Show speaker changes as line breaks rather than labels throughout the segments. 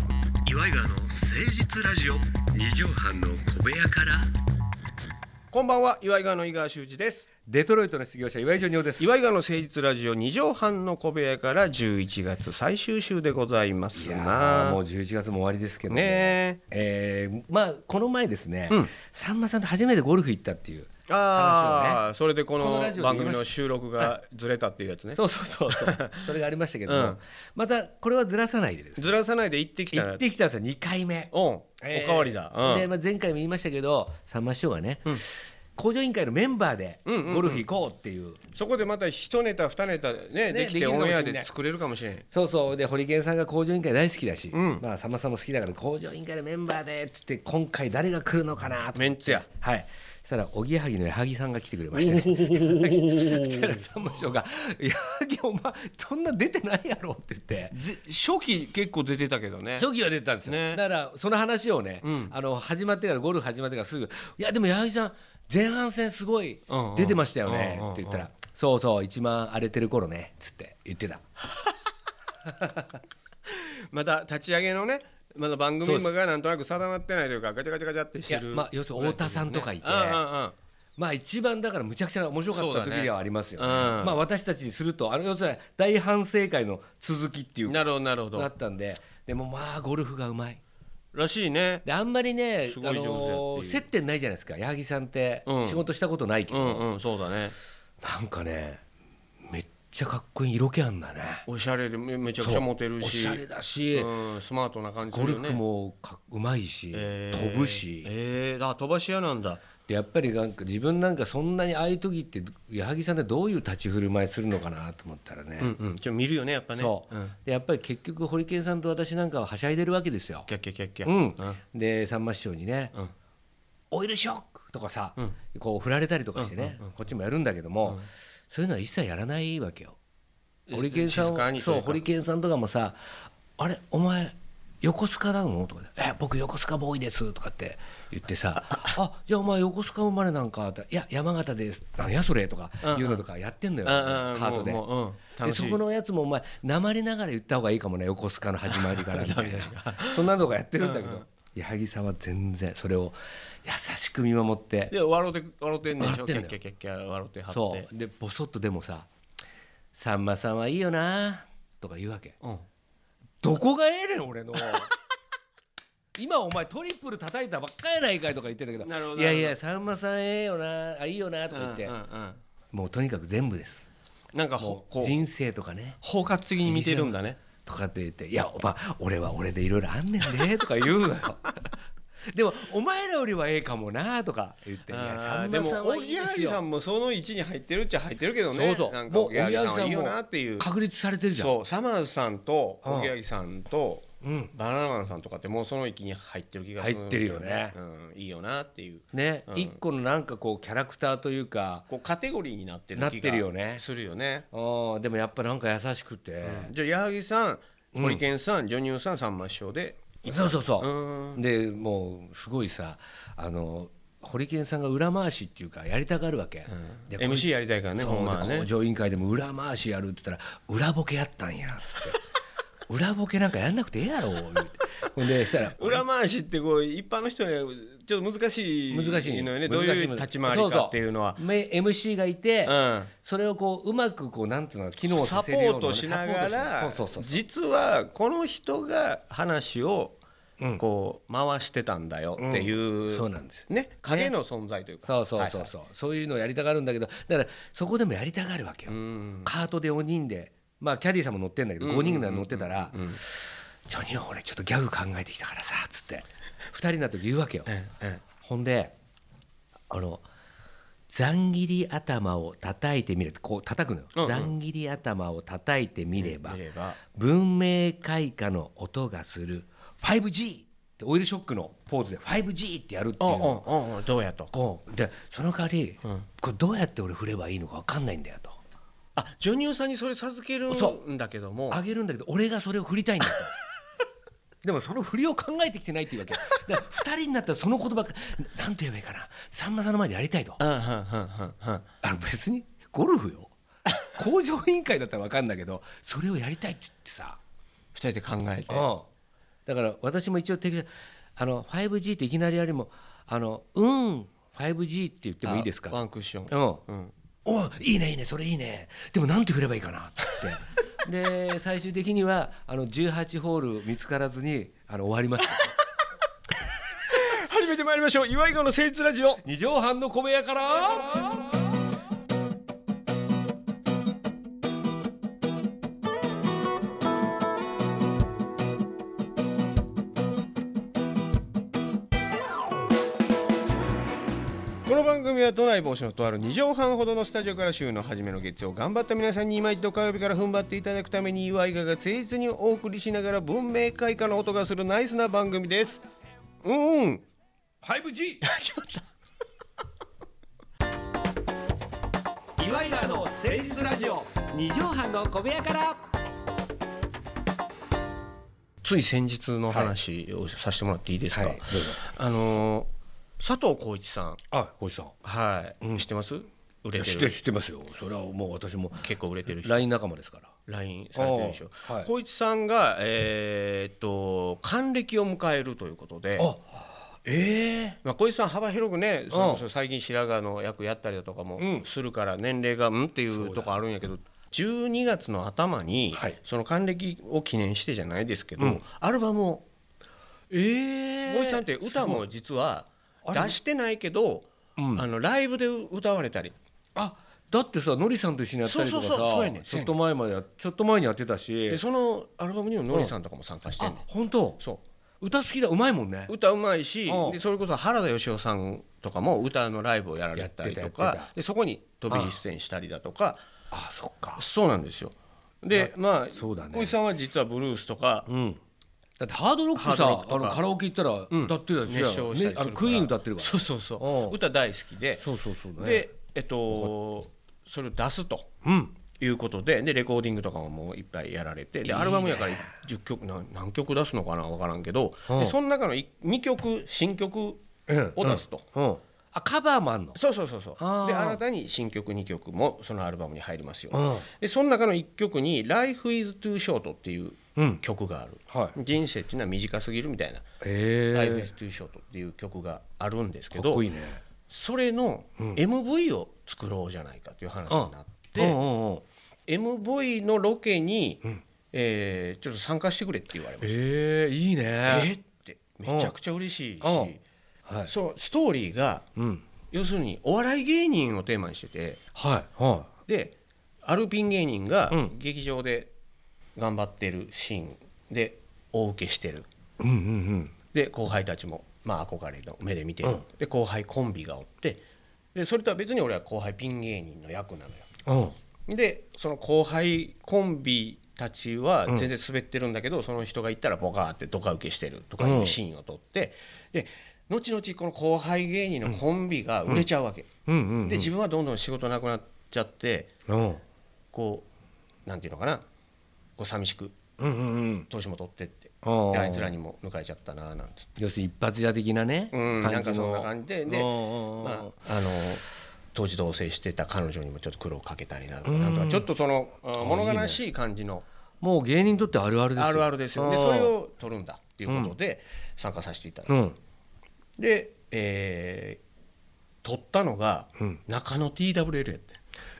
イガーの誠実ラジオ
二畳半の小部屋から
こんばんは岩井川の井川修司です
デトロイトの失業者岩井ジョニオです
岩井川の誠実ラジオ2畳半の小部屋から11月最終週でございます
いやー
な
もう11月も終わりですけども
ね
えーまあこの前ですね、
うん
さんまさんと初めてゴルフ行ったっていう
えああ、それでこ
この
の
ラジオで
番組の収録がずれたっていうやつね
そうそうそうそう それがありましたけども、
うん
またこれはずらさないでですね
ずらさないで行ってきた
行
ら
ってきたんですよ2回目
おんおかわりだ、
えー
うん
でまあ、前回も言いましたけどさんま師匠がね、
うん
工場委員会のメンバーで
うんうんうん
ゴルフ行こうっていう,、
そこでまた一ネタ二ネタね
ね
でき
で
て
きるか
オ
も
ン
し
エ
れな
ア
い
で作れるかもしれん
そうそうで堀健さんが工場委員会大好きだし、
うん
まあ、さんまさんも好きだから工場委員会のメンバーでっつって今回誰が来るのかなと
メンツや
はいそしたらおぎやはぎの矢作さんが来てくれまして、 そしたらさんま師匠が「矢作お前そんな出てないやろ」って言って
ぜ初期結構出てたけどね
初期は出てたんですよ、
ね
だからその話をね、
うん
あの始まってからゴルフ始まってからすぐ「いやでも矢作さん前半戦すごい
うんうん
出てましたよね
うんうんうん」
って言ったら「そうそう一番荒れてる頃ね」っつって言ってた
また立ち上げのねまだ番組がなんとなく定まってないというかガチャガチャガチャってし
い
て
や、
る
まあ、要するに太田さんとかいて、
うんうんうん
まあ一番だからむちゃくちゃ面白かった
そうだ
時
ね
がありますよね
うん
まあ私たちにするとあの要するに大反省会の続きっていう
なるほどなるほ
だ
ど
ったんででもまあゴルフがうまい
らしいね
であんまりね、
す
あ
ごい上手やっていう
のー接点ないじゃないですか矢作さんって
うん
仕事したことないけ
う
ど、
んうんそうだね
なんかねめっちゃかっこいい色気あんだね
おしゃれでめめちゃくちゃモテる
お
し
しゃれだし、
うん、スマートな感じす
ゴ
るよ
ル
ね
フもかうまいし、
えー
飛ぶし、
えー、あ飛ばし屋なんだ
でやっぱりなんか自分なんかそんなにああいう時って矢作さんってどういう立ち振る舞いするのかなと思ったらね、
うんうんちょっと見るよねやっぱね
そう、
ん、
でやっぱり結局ホリケンさんと私なんかははしゃいでるわけですよ
キ。ャッキャッキャッキャ
うん
うん、
でさんま師匠にね、
うん
オイルショック!」とかさ、
うん
こう振られたりとかしてね、こっちもやるんだけども、そういうのは一切やらないわけよ。ホリケンさん
静かにとい
をそうう
か
ホリケンさんとかもさ「あれお前横須賀なの?」とかで「え僕横須賀ボーイです」とかって言って さ「あじゃあお前横須賀生まれなんか」って「いや山形です」「なんやそれ」とかいうのとかやってんのよ、
うんうん
カードで。
もうもううん
で
楽し
そ
い
このやつもお前なまりながら言った方がいいかもね横須賀の始まりからみ たいなそんなのがやってるんだけど矢作さんは全然それを優しく見守って
で笑うて笑うてんでし
笑
ょ
って
キ
んだ
ャッキャ
よ
ッキャッキャ笑うてはって
そうでボソッとでもさ「さんまさんはいいよな」とか言うわけ
うん
どこがええねん俺 の今お前トリプル叩いたばっかやないかいとか言ってたけど
なるほど
いやいやさんまさんええよなあいいよなとか言って、
うんうんうん
もうとにかく全部です
なんかほこう
人生とかね
包括的に見てるんだね
とかって言って「いやお前俺は俺でいろいろあんねん ね」とか言うのよでもお前らよりはええかもなとか言って「いやさ
あー
ん
で
ま
も
さん
お
はいい
ぎ
で
やは
す
ぎさ
よ」
んもその位置に入ってるっちゃ入ってるけどね
そうそう
なんか
もう
おぎやはぎさんはいいよ
おぎやはぎさん
な
も
っていう
確立されてるじゃん
そうサマーズさんと
うん
おぎやはぎさんと
うん
バナナマンさんとかってもうその域に入ってる気がする
入ってるよね
うん、いいよなっていう
ね、
うん
一個のなんかこうキャラクターというか
こうカテゴリーになってる
なっ
気
てるよね
がするよね
うんでもやっぱなんか優しくて、
じゃあ矢作さん堀健さん、ジョニオさんさんま師匠で
そうそうそう
う、ーん
でもうすごいさあのホリケンさんが裏回しっていうかやりたがるわけ、で
MC やりたいからね
そう
ほんまは
で
ね
工場委員会でも裏回しやるって言ったら裏ボケやったんやっつって 裏ボケなんかやんなくてええやろ言うてほんでしたら
裏回しってこう一般の人にはちょっと難しい
難しい
のよねどういう立ち回りかっていうのは
そそめ MC がいて、
うん
それをこううまくこうなんていうの機能
サ
さ
ポ
せるよう
ー
な
トしなが
サポー
ら
トしそうそうそう
実はこの人が話を
うん
こう回してたんだよっていう、
そうなんです
ね影の存在というか、
そうそうそ
は
う
い
そう、そういうのをやりたがるんだけどだからそこでもやりたがるわけよ、
うん
カートで4人でまあキャディーさんも乗ってんだけど5人ぐらい乗ってたら「ジョニオ俺ちょっとギャグ考えてきたからさ」っつって2人になった時言うわけよ、
うん
ほんであの「ざん切り頭を叩いてみれ」ってこう叩くのよ、
うんうん
ざん切り頭を叩いてみれば、
見れば
文明開化の音がする 5G ってオイルショックのポーズで 5G ってやるっていうのを
うんうんうんどうやと
こうでその代わり、これどうやって俺振ればいいのか分かんないんだよと
あジョニオさんにそれ授ける
そ
んだけども
あげるんだけど俺がそれを振りたいんだと でもその振りを考えてきてないっていうわけだから2人になったらその言葉がなんて言えばいいかなさんまさんの前でやりたいと
うんうんうんうんうん
あの別にゴルフよ工場委員会だったら分かんだけどそれをやりたいって言ってさ、
二人で考えて
うんだから私も一応適当あの 5G っていきなりあれもあのうん。5G って言ってもいいですか。
ワンクッション
う、
う
ん。
ん、
おいいねいいねそれいいねでもなんて振ればいいかなって で最終的にはあの18ホール見つからずにあの終わりました
始めてまいりましょう岩井川の誠実ラジオ
二畳半の米屋 から
この番組は都内防止のとある2畳半ほどのスタジオから週の初めの月曜頑張った皆さんに今一度火曜日から踏ん張っていただくために岩井川が誠実にお送りしながら文明開化の音がするナイスな番組ですうんうん
5G
岩井川の誠実ラジオ
二畳半の米屋から
つい先日の話をさせてもらっていいですか、
はいどうぞ
あのー佐藤浩市さん
あ小石さん
はい、知ってます売れて
知
る
ってる知ってますよそれはもう私も
結構売れてる人
LINE 仲間ですから
ラインされてるでしょ
ああはい
光一さんがえーっと還暦を迎えるということで
あええ
まあ、小一さん幅広くねそれこ
う
そ最近白髪の役やったりだとかも
うん
するから年齢がうんっていうとこあるんやけど12月の頭に
はい
その還暦を記念してじゃないですけど、
うん
アルバムを
え
小一さんって歌も実は出してないけどあ
うん
のライブで歌われたり
あだってさのりさんと一緒にやったりとかさ
そうそうそうそうやねん
ちょっと前までやちょっと前にやってたし
でそのアルバムにものりさんとかも参加してん
あ
ねん
本当
そう
歌好きだうまいもんね
歌うまいし
うん
でそれこそ原田芳雄さんとかも歌のライブをやられたり
や
と
ってたやって
かでそこに飛び出演したりだとか
あそっか
そうなんですよでまあ
そうだね
小石さんは実はブルースとか
うんだってハードロック
ハードロッ
さ
ク
あ
とか
のカラオケ行ったら歌ってたし
熱唱したりする
ね
か
あ
ら
のクイーン歌ってるか
そ
ら
うそう
うん
そう歌大好きで
そうそうそうね
でえっとそれを出すと
うん
いうことででレコーディングとかももういっぱいやられてでアルバムやから10曲何何曲出すのかな分からんけど
う
で
ん
その中の2曲新曲
うん
を出すと。
うんあカバーもあんの
そうそうそうそう
あー
で新たに新曲2曲もそのアルバムに入りますよ、
うん
でその中の1曲に「Life is too short」っていう
うん
曲がある、
はい
人生っていうのは短すぎるみたいな「Life
へ
is too short」っていう曲があるんです
え
け
かっ
ど
こいいね
それの MV を作ろうじゃないかという話になって、
うんうんうん
MV のロケに、えーちょっと参加してくれって言われました
ええいい
え
ね
っってめちゃくちゃ嬉しいし、
うんはい
そのストーリーが
うん
要するにお笑い芸人をテーマにしてて。
はいは
でアルピン芸人が
うん
劇場で頑張ってるシーンで大受けしてる
いうんうんうん
で後輩たちもまあ憧れの目で見てる、
うん
で後輩コンビがおってでそれとは別に俺は後輩ピン芸人の役なのよ
うん
でその後輩コンビたちは全然滑ってるんだけど、その人が行ったらボカーってドカ受けしてるとかいうシーンを撮って、で後々この後輩芸人のコンビが売れちゃうわけ、
うんうん
で自分はどんどん仕事なくなっちゃって
うん
こうなんていうのかなこう寂しく
うんうんうん
年も取ってって
あ
で
あ
あいつらにも抜かれちゃったななんつって
要するに一発屋的なね
うんなんかそんな
感
感じで
じの
で、
うんうんうん
まあ、あの当時同棲してた彼女にもちょっと苦労かけたりなとかなんとかちょっとそのあ物悲しい感じの
もう芸人にとってあるあるですよ
あるあるですよで
うん
それを取るんだっていうことで参加させていただいて
うん
で、えー、取ったのが
うん
中野 TWL やって。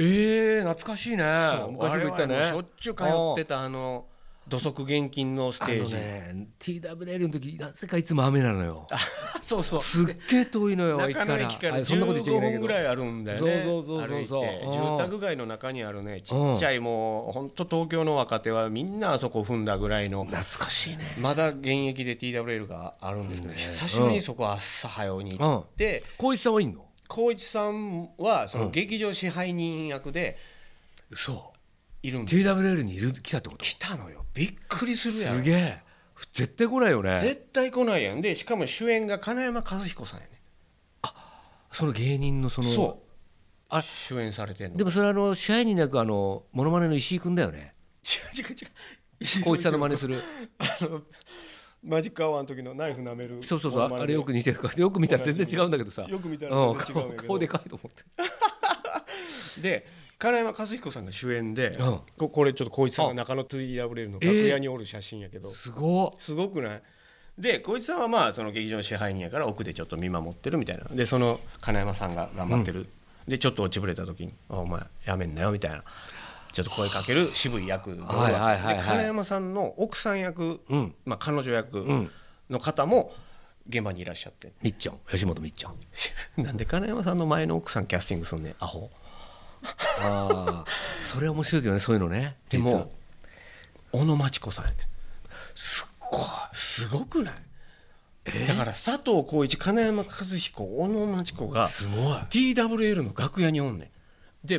ええ懐かしいね
そう
昔も言った
我々
ね
もしょっちゅう通ってたあの土足厳禁のス
あ
テー
の
ジ、
ね TWL の時なぜかいつも雨なのよ
そうそう
すっげえ遠いのよ
中野駅から
あそんなこと言っちゃい
15
けないけ
分
ど
ぐらいあるんだよね
そうそうそうそう
歩いて
うん
住宅街の中にあるねちっちゃいもうほんと東京の若手はみんなあそこ踏んだぐらいの
懐かしいね
まだ現役で TWL があるんですけど久しぶりにそこ朝早うに行って
光一さんはいんの
光一さんはその劇場支配人役で
そ
いるん
う
です
TWL にいる来たってこと
来たのよびっくりするや
す
ん
げえ絶対来ないよね
絶対来ないやんでしかも主演が金山和彦さんやね
その芸人のその
そう
あ
主演されてんの
でもそれあの支配人役あのモノマネの石井君だよね
違う違う違う
光一さんの真似する
あのマジックアワーの時のナイフ舐める
そうそうそう
モノマネ
あれよく似てるからよく見たら全然違う
同じ
んだけどさ
よく見たら
うん
全然違うんやけど
顔でかいと思って
で金山和彦さんが主演で、
うん
ここれちょっと光一さんが中野 2WL の楽屋におる写真やけど、
すご
すごくないで光一さんはまあその劇場の支配人やから奥でちょっと見守ってるみたいなでその金山さんが頑張ってる、でちょっと落ちぶれた時に「あお前やめんなよ」みたいなちょっと声かける渋い役で,、
はいはいはいはい
で金山さんの奥さん役、
うん
まあ、彼女役
ん
の方も現場にいらっしゃって、
みっちゃん吉本みっちゃん
なんで金山さんの前の奥さんキャスティングすんねんアホ
ああ それ面白いけどねそういうのね
で
実は
も小野真知子さんやねすごいすごくないだから佐藤浩市金山和彦小野真知子が
すごい
TWL の楽屋におんねんで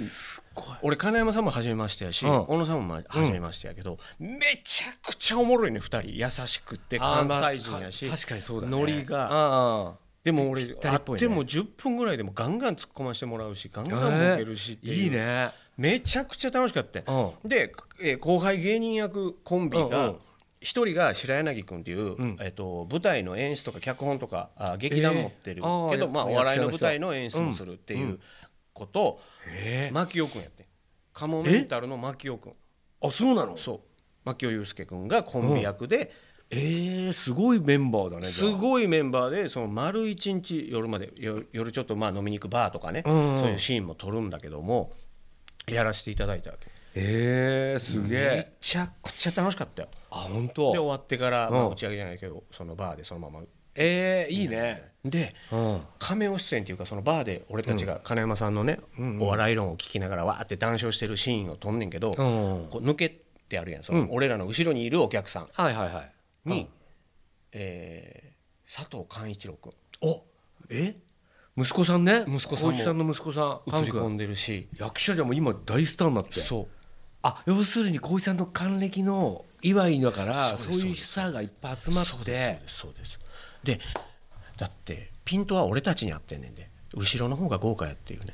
ごい
俺金山さんも初めましてやし、
うん
小野さんもま初めましてやけど、めちゃくちゃおもろいね2人優しくて
あー
関
まあ
西人やし、
か確かにそうだね
ノリが
あ
でも俺
った
あ
り
っ
っぽいね
ても10分ぐらいでもガンガン突っ込ませてもらうしガン
あ
ガンボケるしって
えー
う
いいね
めちゃくちゃ楽しかったよ、
う
で、えー後輩芸人役コンビ
うんう
が
ん
一人が白柳君っていう、
ん
えー、と舞台の演出とか脚本とかあ劇団持ってる、
えーあー
けど
や
まあ、お
役
笑い
者
の
の人
舞台の演出もするっていうこと、
え
牧尾君やってんカモメンタルの牧尾君
ー、あそうなの
そう牧尾祐介君がコンビ役で、
ええすごいメンバーだねじ
す
ゃあ
ごいメンバーでその丸一日夜までよ夜ちょっとまあ飲みに行くバーとかね、
うんうん
そういうシーンも撮るんだけどもやらせていただいたわけ
ええすげ
め
え
ちゃくちゃ楽しかったよ
あ本
で終
当
わってから、まあ
うん
打ち上げじゃないけどそのバーでそのまま
ええいいね
で
うん
亀尾出演っていうかそのバーで俺たちが金山さんのね、
うんうん
お笑い論を聞きながらわーって談笑してるシーンを撮んねんけど、
うん
こう抜けてあるやんそうの
ん
俺らの後ろにいるお客さん
はいはいはい
に、えー佐藤寛一郎君
おえ息子さんね
息子さんも
浩一さんの息子さん
映り
カ
込
ン君
んでるし
役者じゃもう今大スターになって
そう
あ要するに浩一さんの還暦の祝いだから
そう
そ
で
う
す
いうスターがいっぱい集ま
そう
っ
で
て
すそうですそうですでだってピントは俺たちに合ってんねんで後ろの方が豪華やっていうね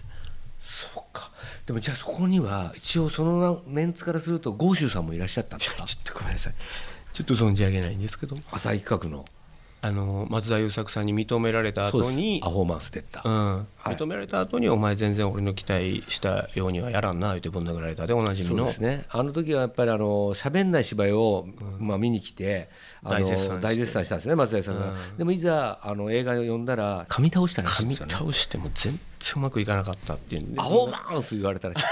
そうかでもじゃあそこには一応そのメンツからするとゴーシュウさんもいらっしゃったんですか
ちょっとごめんなさいちょっと存じ上げないんですけども
浅井企画の
あの松田優作さんに認められた
そう
後
で
に
すパフォーマンスでった
うん
い
認められた後に「お前全然俺の期待したようにはやらんな」言ってぶん殴られたでおなじみ
そう
の
ですね、あの時はやっぱりあの喋んない芝居を、まあ、見に来てあ
大
の
絶賛して
大絶賛したんですね松田優作さん、でもいざあの映画を呼んだら噛み倒したらしい
髪
んですよね
倒しても全然うまくいかなかったっていうんで
アホマンス言われたらしい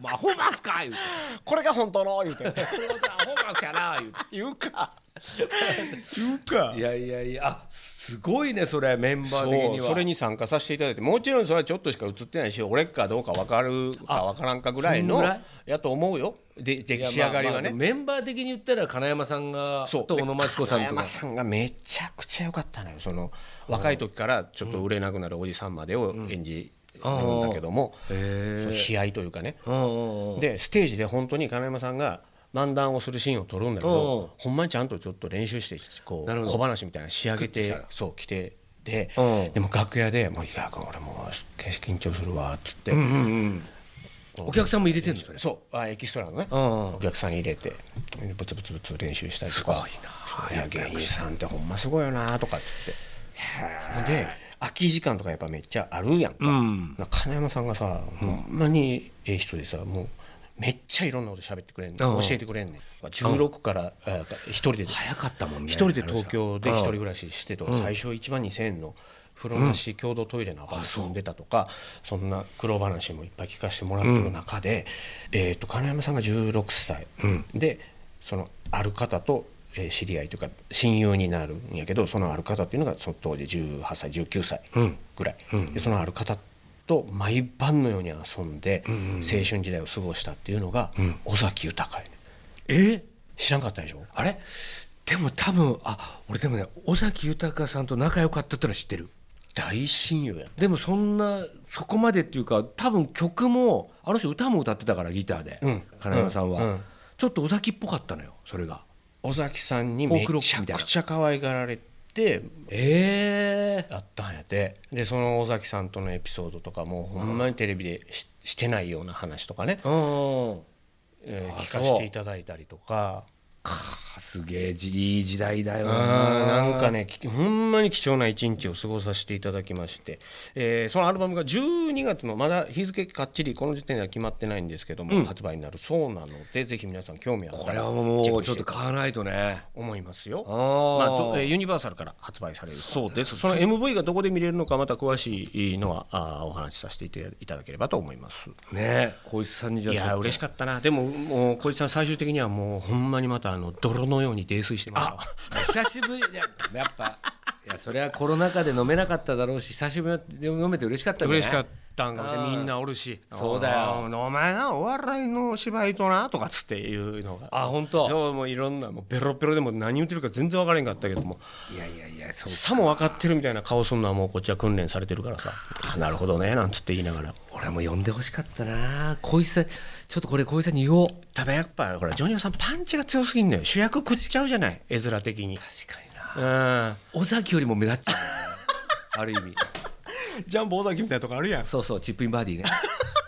お前アホマンスか言うて
これが本当の言うて
それこそアホマンスや な言うて
言うか 言うか
いやいやいやあすごいねそれメンバー的
そう
には
それに参加させていただいてもちろんそれはちょっとしか映ってないし俺かどうか分かるか分からんかぐらい
そ
の
んぐらい
やと思うよで出
いや
来上がりは
まあまあ
ね
メンバー的に言ったら金山さんが
そう
と小野真知子さん
で
と
金山
か
さんがめちゃくちゃ良かったのよその若い時からちょっと売れなくなるおじさんまでを演じるんだけども、その
へえ
悲哀というかね、
うんうんうん
でステージで本当に金山さんが漫談をするシーンを撮るんだけど、
うん
ほんまにちゃんとちょっと練習してこう
なるほど
小話みたいなの仕上げ
作っててき
そう来てで、
うん
でも楽屋で「もう伊沢君俺もうすっげえ緊張するわ」っつって、
うんうんお客さんも入れてるんですよね
そうあエキストラのね、
うん
お客さんに入れてブツブツブツ練習したりとかそういや芸人さんってほんますごいよなとかっつってで空き時間とかやっぱめっちゃあるやんか、
うん
なんか金山さんがさほんまにええ人でさもうめっちゃいろんなこと喋ってくれんねん
うん
教えてくれんねん16からあ一人で
早かったもんね
一人で東京で
うん
一人暮らししてとか最初1万2,000円の風呂なし共同トイレのアパートに住んでたとかそんな苦労話もいっぱい聞かせてもらってる中でえーと金山さんが16歳
うん
でそのある方とえー知り合いというか親友になるんやけどそのある方っていうのがその当時18歳19歳
うん
ぐらい
うん
でそのある方と毎晩のように遊んで
うんうんうん
青春時代を過ごしたっていうのが
うん
尾崎豊やね
え
知らんかったでしょ
あれでも多分あ俺でもね尾崎豊さんと仲良かったってのは知ってる
大親友や
でもそんなそこまでっていうか多分曲もあの人歌も歌ってたからギターで、
うん
金山さんは、
うんうん
ちょっと尾崎っぽかったのよそれが
尾崎さんにめちゃくちゃ可愛がられて
ええ
やったんやてでその尾崎さんとのエピソードとかもほんまにテレビでししてないような話とかね、
うん
えー
あ
聞かせていただいたりとか
すげえじいい時代だよ
あーなんか
ね
ねきほんまに貴重な一日を過ごさせていただきまして、えーそのアルバムが12月のまだ日付かっちりこの時点では決まってないんですけども、
うん
発売になるそうなのでぜひ皆さん興味あったら
これはもう
チェック
ち
し
ょってと買わないとね
思いますよ
あ、
まあどえー
ー
ユニバーサルから発売されるそうですその MV がどこで見れるのかまた詳しいのはあーお話しさせていただければと思います
ね小石さんにじゃ
いやー嬉し
く
かったなでももう小市さん最終的にはもうほんまにまたあの泥のように泥酔してましたわ
久しぶりいややっぱいやそれはコロナ禍で飲めなかっただろうし久しぶりに飲めて嬉しかったんじゃな
嬉
い
しかったんかもしれないみんなおるし
そうだよ
あーお前なお笑いの芝居となとかっつっていうのが
あ本当
そうもういろんなもうベロベロでも何言ってるか全然分からへんかったけども
いやいやいやそう
さも分かってるみたいな顔すんのはもうこっちは訓練されてるからさあなるほどねなんつって言いながら
俺も呼んでほしかったな小石さんちょっとこれ小石さんに言おう
ただやっぱほらジョニオさんパンチが強すぎんのよ主役食っちゃうじゃない絵面的に
確かにな
うん
尾崎よりも目立っち ゃうよねある意味
ジャンボ尾崎みたいなとこあるやん
そうそうチップインバーディーね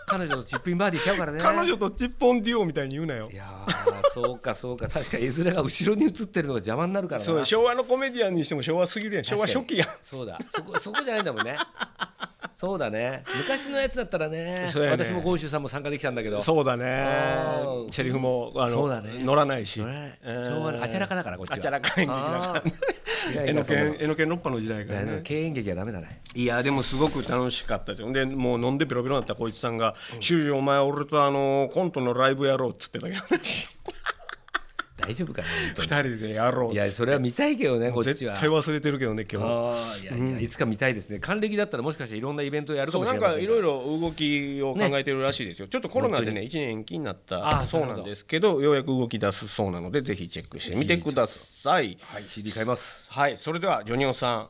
彼女とチップインバーディーしちゃうからね
彼女とチッポンデュオみたいに言うなよ
いやーそうかそうか確か絵面が後ろに映ってるのが邪魔になるからな
そう昭和のコメディアンにしても昭和すぎるやん昭和初期やん
そうだそこそこじゃないんだもんねそうだね昔のやつだったらね
そうやね
私もゴーシュさんも参加できたんだけど
そうだ
う
ね
ん
セリフもあ
そ
の、
うだね
乗らないし
それ昭和のあちゃらかだからこっちは
あちゃらか演劇だから
あー
えのけ
いやい
ん
や
えのけん六波の時代
そ
か
う
ら
だね
ね
敬遠劇はダメだね
いやでもすごく楽しかったですよでもう飲んでベロベロになったこいつさんが「修士お前俺とあのコントのライブやろう」っつってたけど
大丈夫かな本当に
二人でやろうっ
い
つ
や
っ
それは見たいけどねこってち
絶
は
対忘れてるけどね今日
あーいやいやいつか見たいですね還暦だったらもしかしていろんなイベントやるか
そ
も
う
し
な
れ
ん
ません
かいろいろ動きを考えてるらしいですよ、ちょっとコロナでね1年延期になった
あー
そうなんですけどようやく動き出すそうなのでぜひチェックしてみてください
はい CD 買います
はいそれではジョニオさん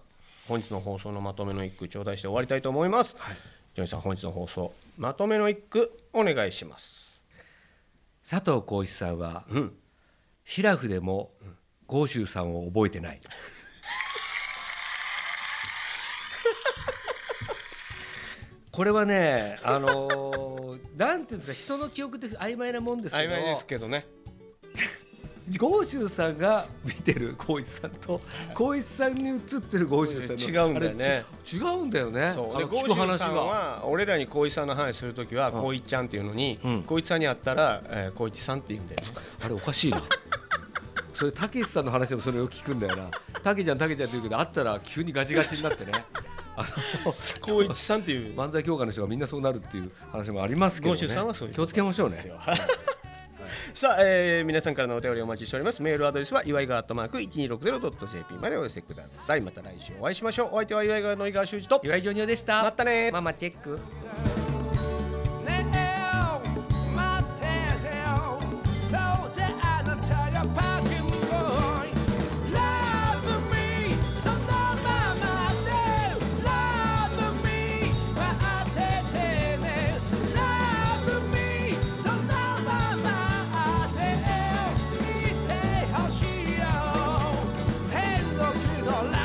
本日の放送のまとめの一句頂戴して終わりたいと思います、ジョニオさん本日の放送まとめの一句お願いします
佐藤浩市さんは
うん
シラフでもゴーシュさんを覚え てないこれはねあのーなんていうんですか人の記憶って曖昧なもんですけ
曖
ど
昧ですけどね
ゴーシュさんが見てる浩一さんと浩一さんに映ってるゴーシュさんの
違うんだよね
あれち違うんだよね
そう
あ
で
の
ゴー
聞く
シュウ
話
さん
は
は俺らに光一さんの話するときは光一ちゃんっていうのに
うん
光一さんに 会ったらえー光一さんって言うんだよね
あれおかしいなそれたけしさんの話でもそれを聞くんだよなたけちゃんたけちゃんって言うけど会ったら急にガチガチになってねあの
光一さんっていう
漫才協会の人がみんなそうなるっていう話もありますけど、ね、
ゴーシュさんはそういう
気をつけましょうね
さあ、えー皆さんからのお便りお待ちしておりますメールアドレスは岩井川アットマーク 1260.jp までお寄せくださいまた来週お会いしましょうお相手は岩井川の井川修司と
岩井ジョニオでした
またね
ママチェック
Now, my tail, so that I don't tell your parking boy. Love me, so no mama deal. Love me, my tail. Love me, so no mama deal. 見てほしいよ天国のラ